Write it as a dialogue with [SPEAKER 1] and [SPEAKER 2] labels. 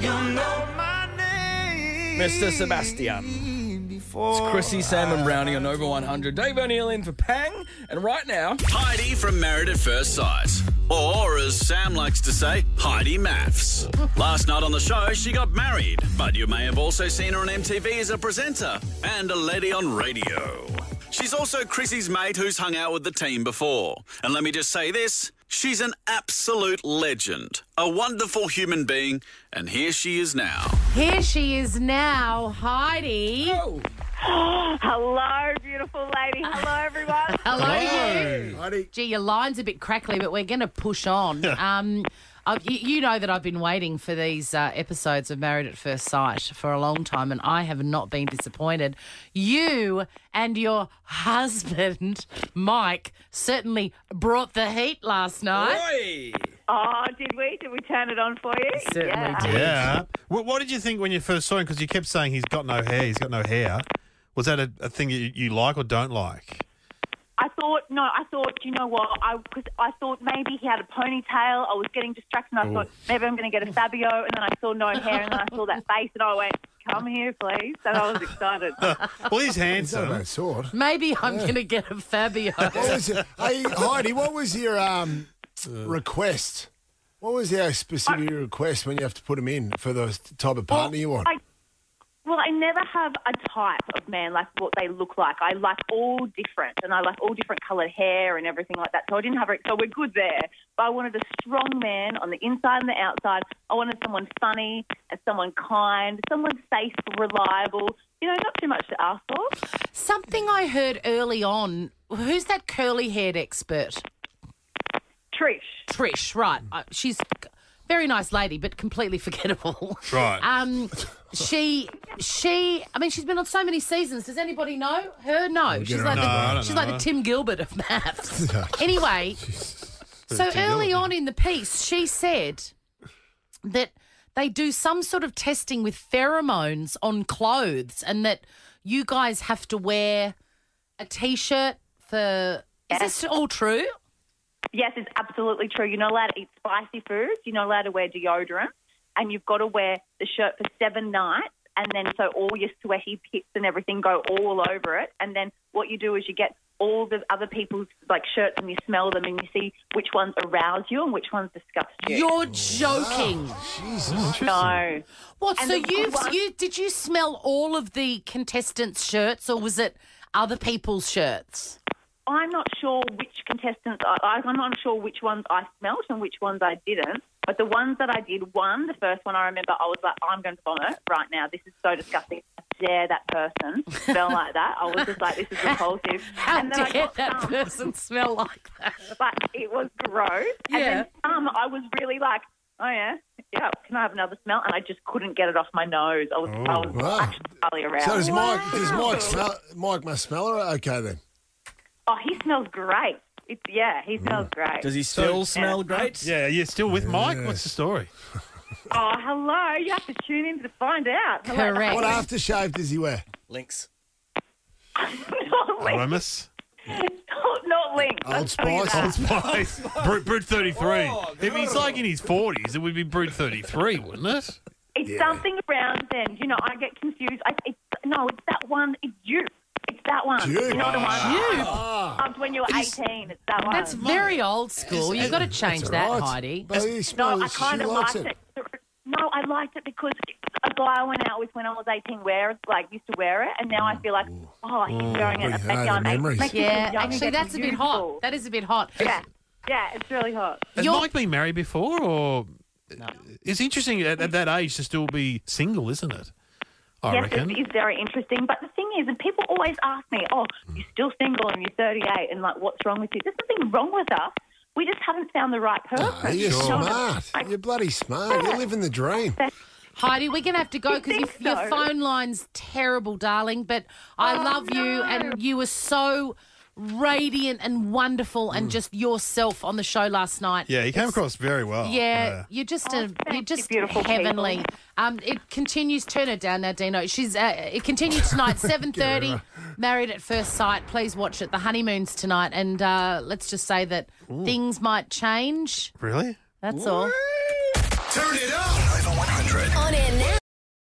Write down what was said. [SPEAKER 1] You know my name.
[SPEAKER 2] Mr. Sebastian. It's Chrissy, Sam, and Brownie on Over 100. Dave O'Neill in for Pang, and right now,
[SPEAKER 3] Heidi from Married at First Sight. Or, as Sam likes to say, Heidi Maths. Last night on the show, she got married, but you may have also seen her on MTV as a presenter and a lady on radio. She's also Chrissy's mate who's hung out with the team before. And let me just say this she's an absolute legend, a wonderful human being, and here she is now.
[SPEAKER 4] Here she is now, Heidi.
[SPEAKER 2] oh,
[SPEAKER 5] Hello, beautiful lady. Hello, everyone.
[SPEAKER 4] Hello, you. Gee, your line's a bit crackly, but we're going to push on. um, i you, you know that I've been waiting for these uh, episodes of Married at First Sight for a long time, and I have not been disappointed. You and your husband, Mike, certainly brought the heat last night.
[SPEAKER 2] boy.
[SPEAKER 5] Oh, did we? Did we turn it on for you?
[SPEAKER 4] Certainly
[SPEAKER 5] yeah.
[SPEAKER 4] did.
[SPEAKER 6] Yeah. What, what did you think when you first saw him? Because you kept saying he's got no hair. He's got no hair. Was that a, a thing you, you like or don't like?
[SPEAKER 5] I thought no. I thought you know what? I cause I thought maybe he had a ponytail. I was getting distracted. and I thought maybe I'm going to get a Fabio, and then I saw no hair, and then I saw that face, and I went, "Come here, please." And I was excited.
[SPEAKER 6] Well, he's handsome.
[SPEAKER 7] That sort.
[SPEAKER 4] Maybe I'm going to get a Fabio.
[SPEAKER 7] What was it? Hey, Heidi, what was your um, request? What was your specific request when you have to put him in for the type of partner you want?
[SPEAKER 5] I, well, I never have a type of man like what they look like. I like all different, and I like all different coloured hair and everything like that. So I didn't have it. So we're good there. But I wanted a strong man on the inside and the outside. I wanted someone funny and someone kind, someone safe, reliable. You know, not too much to ask for.
[SPEAKER 4] Something I heard early on. Who's that curly-haired expert?
[SPEAKER 5] Trish.
[SPEAKER 4] Trish, right? Uh, she's a very nice lady, but completely forgettable.
[SPEAKER 6] Right.
[SPEAKER 4] Um, she, she. I mean, she's been on so many seasons. Does anybody know her? No, she's
[SPEAKER 7] her
[SPEAKER 4] like
[SPEAKER 7] on.
[SPEAKER 6] No, I
[SPEAKER 4] the,
[SPEAKER 6] don't
[SPEAKER 4] she's
[SPEAKER 6] know
[SPEAKER 4] like the
[SPEAKER 6] her.
[SPEAKER 4] Tim Gilbert of maths. anyway, so
[SPEAKER 6] Tim
[SPEAKER 4] early
[SPEAKER 6] Gilbert.
[SPEAKER 4] on in the piece, she said that they do some sort of testing with pheromones on clothes, and that you guys have to wear a t-shirt for. Is this all true?
[SPEAKER 5] Yes, it's absolutely true. You're not allowed to eat spicy foods. You're not allowed to wear deodorant, and you've got to wear the shirt for seven nights. And then, so all your sweaty pits and everything go all over it. And then, what you do is you get all the other people's like shirts, and you smell them, and you see which ones arouse you and which ones disgust you.
[SPEAKER 4] You're joking.
[SPEAKER 7] Jesus.
[SPEAKER 5] no,
[SPEAKER 4] What?
[SPEAKER 5] And
[SPEAKER 4] so
[SPEAKER 5] the good
[SPEAKER 4] you
[SPEAKER 5] one-
[SPEAKER 4] you did you smell all of the contestants' shirts, or was it other people's shirts?
[SPEAKER 5] I'm not sure which contestants. I, I- I'm not sure which ones I smelt and which ones I didn't. But the ones that I did, one, the first one I remember, I was like, I'm going to vomit right now. This is so disgusting. How dare that person smell like that? I was just like, this is repulsive.
[SPEAKER 4] How
[SPEAKER 5] and then I
[SPEAKER 4] dare
[SPEAKER 5] got
[SPEAKER 4] that
[SPEAKER 5] some,
[SPEAKER 4] person smell like that?
[SPEAKER 5] but it was gross. And
[SPEAKER 4] Yeah.
[SPEAKER 5] then some, I was really like, oh yeah, yeah. Can I have another smell? And I just couldn't get it off my nose. I was, I was
[SPEAKER 7] Wow.
[SPEAKER 5] actually around.
[SPEAKER 7] Oh, So does Mike? Does Mike smell? Mike must smell her. Okay then.
[SPEAKER 5] oh, he smells great. It's, yeah, he smells great.
[SPEAKER 2] Does he still smell great?
[SPEAKER 6] Yeah, you're still with Mike? What's the story?
[SPEAKER 5] Oh, hello. You have to tune in to find out. Hello.
[SPEAKER 4] Correct.
[SPEAKER 7] What aftershave does he wear?
[SPEAKER 2] Links.
[SPEAKER 5] not linked.
[SPEAKER 6] Aramis?
[SPEAKER 5] Not, not linked.
[SPEAKER 7] Old
[SPEAKER 5] I'll tell you
[SPEAKER 7] Spice.
[SPEAKER 5] that.
[SPEAKER 7] Old
[SPEAKER 6] Spice. Brute, Brute 33. if he's like in his 40s, it would be Brute 33, wouldn't it?
[SPEAKER 5] It's something around then. You know, I get confused. I, it's, no, it's that one. It's you. It's that one.
[SPEAKER 7] Dupe.
[SPEAKER 5] You know the one.
[SPEAKER 4] You.
[SPEAKER 7] Ah.
[SPEAKER 5] I loved when you were 18. It's that one.
[SPEAKER 4] That's very old school. You've got to change
[SPEAKER 7] That's
[SPEAKER 4] that,
[SPEAKER 7] all right.
[SPEAKER 4] Heidi.
[SPEAKER 7] But he
[SPEAKER 5] no,
[SPEAKER 7] smells.
[SPEAKER 5] I kind
[SPEAKER 7] she
[SPEAKER 5] of
[SPEAKER 7] likes
[SPEAKER 5] liked it. No, I liked it because a guy I went out with when I was 18 wear it, like used to wear it, and now I feel like, oh, he's wearing it.
[SPEAKER 7] we
[SPEAKER 5] at
[SPEAKER 7] had the
[SPEAKER 5] young age.
[SPEAKER 7] memories.
[SPEAKER 5] Makes you feel
[SPEAKER 4] Yeah,
[SPEAKER 5] young and
[SPEAKER 4] actually,
[SPEAKER 5] gets
[SPEAKER 4] that's a bit
[SPEAKER 5] youthful.
[SPEAKER 4] hot. That is a bit hot.
[SPEAKER 5] yeah, yeah, it's really hot.
[SPEAKER 6] Has
[SPEAKER 4] You're-
[SPEAKER 6] Mike been married before, or it's interesting at, at that age to still be single, isn't it? I
[SPEAKER 5] yes,
[SPEAKER 6] reckon.
[SPEAKER 5] it is very interesting. But the thing is, and people always ask me, "Oh, you're still single and you're 38, and like, what's wrong with you?" There's nothing wrong with us. We just haven't found the right person.
[SPEAKER 7] Nah,
[SPEAKER 5] You
[SPEAKER 7] you're
[SPEAKER 5] know,
[SPEAKER 7] smart.
[SPEAKER 5] like,
[SPEAKER 7] You're bloody smart. You're living the dream.
[SPEAKER 4] Heidi, we're going to have to go because
[SPEAKER 5] You
[SPEAKER 4] your,
[SPEAKER 5] think
[SPEAKER 4] your
[SPEAKER 5] so? Oh,
[SPEAKER 4] phone line's terrible, darling. But I love you, and you were so radiant and wonderful, and just yourself on the show last night.
[SPEAKER 6] Yeah, he came across very well.
[SPEAKER 4] Yeah, you're just a,
[SPEAKER 5] Oh, thank
[SPEAKER 4] you're
[SPEAKER 5] you,
[SPEAKER 4] just
[SPEAKER 5] beautiful
[SPEAKER 4] heavenly.
[SPEAKER 5] people.
[SPEAKER 4] Um, it continues. Turn her down now, Dino. She's uh, it continues tonight, seven thirty. Married at first sight. Please watch it. The honeymoon's tonight, and uh, let's just say that things might change.
[SPEAKER 6] Really?
[SPEAKER 4] That's all.
[SPEAKER 1] Turn it up.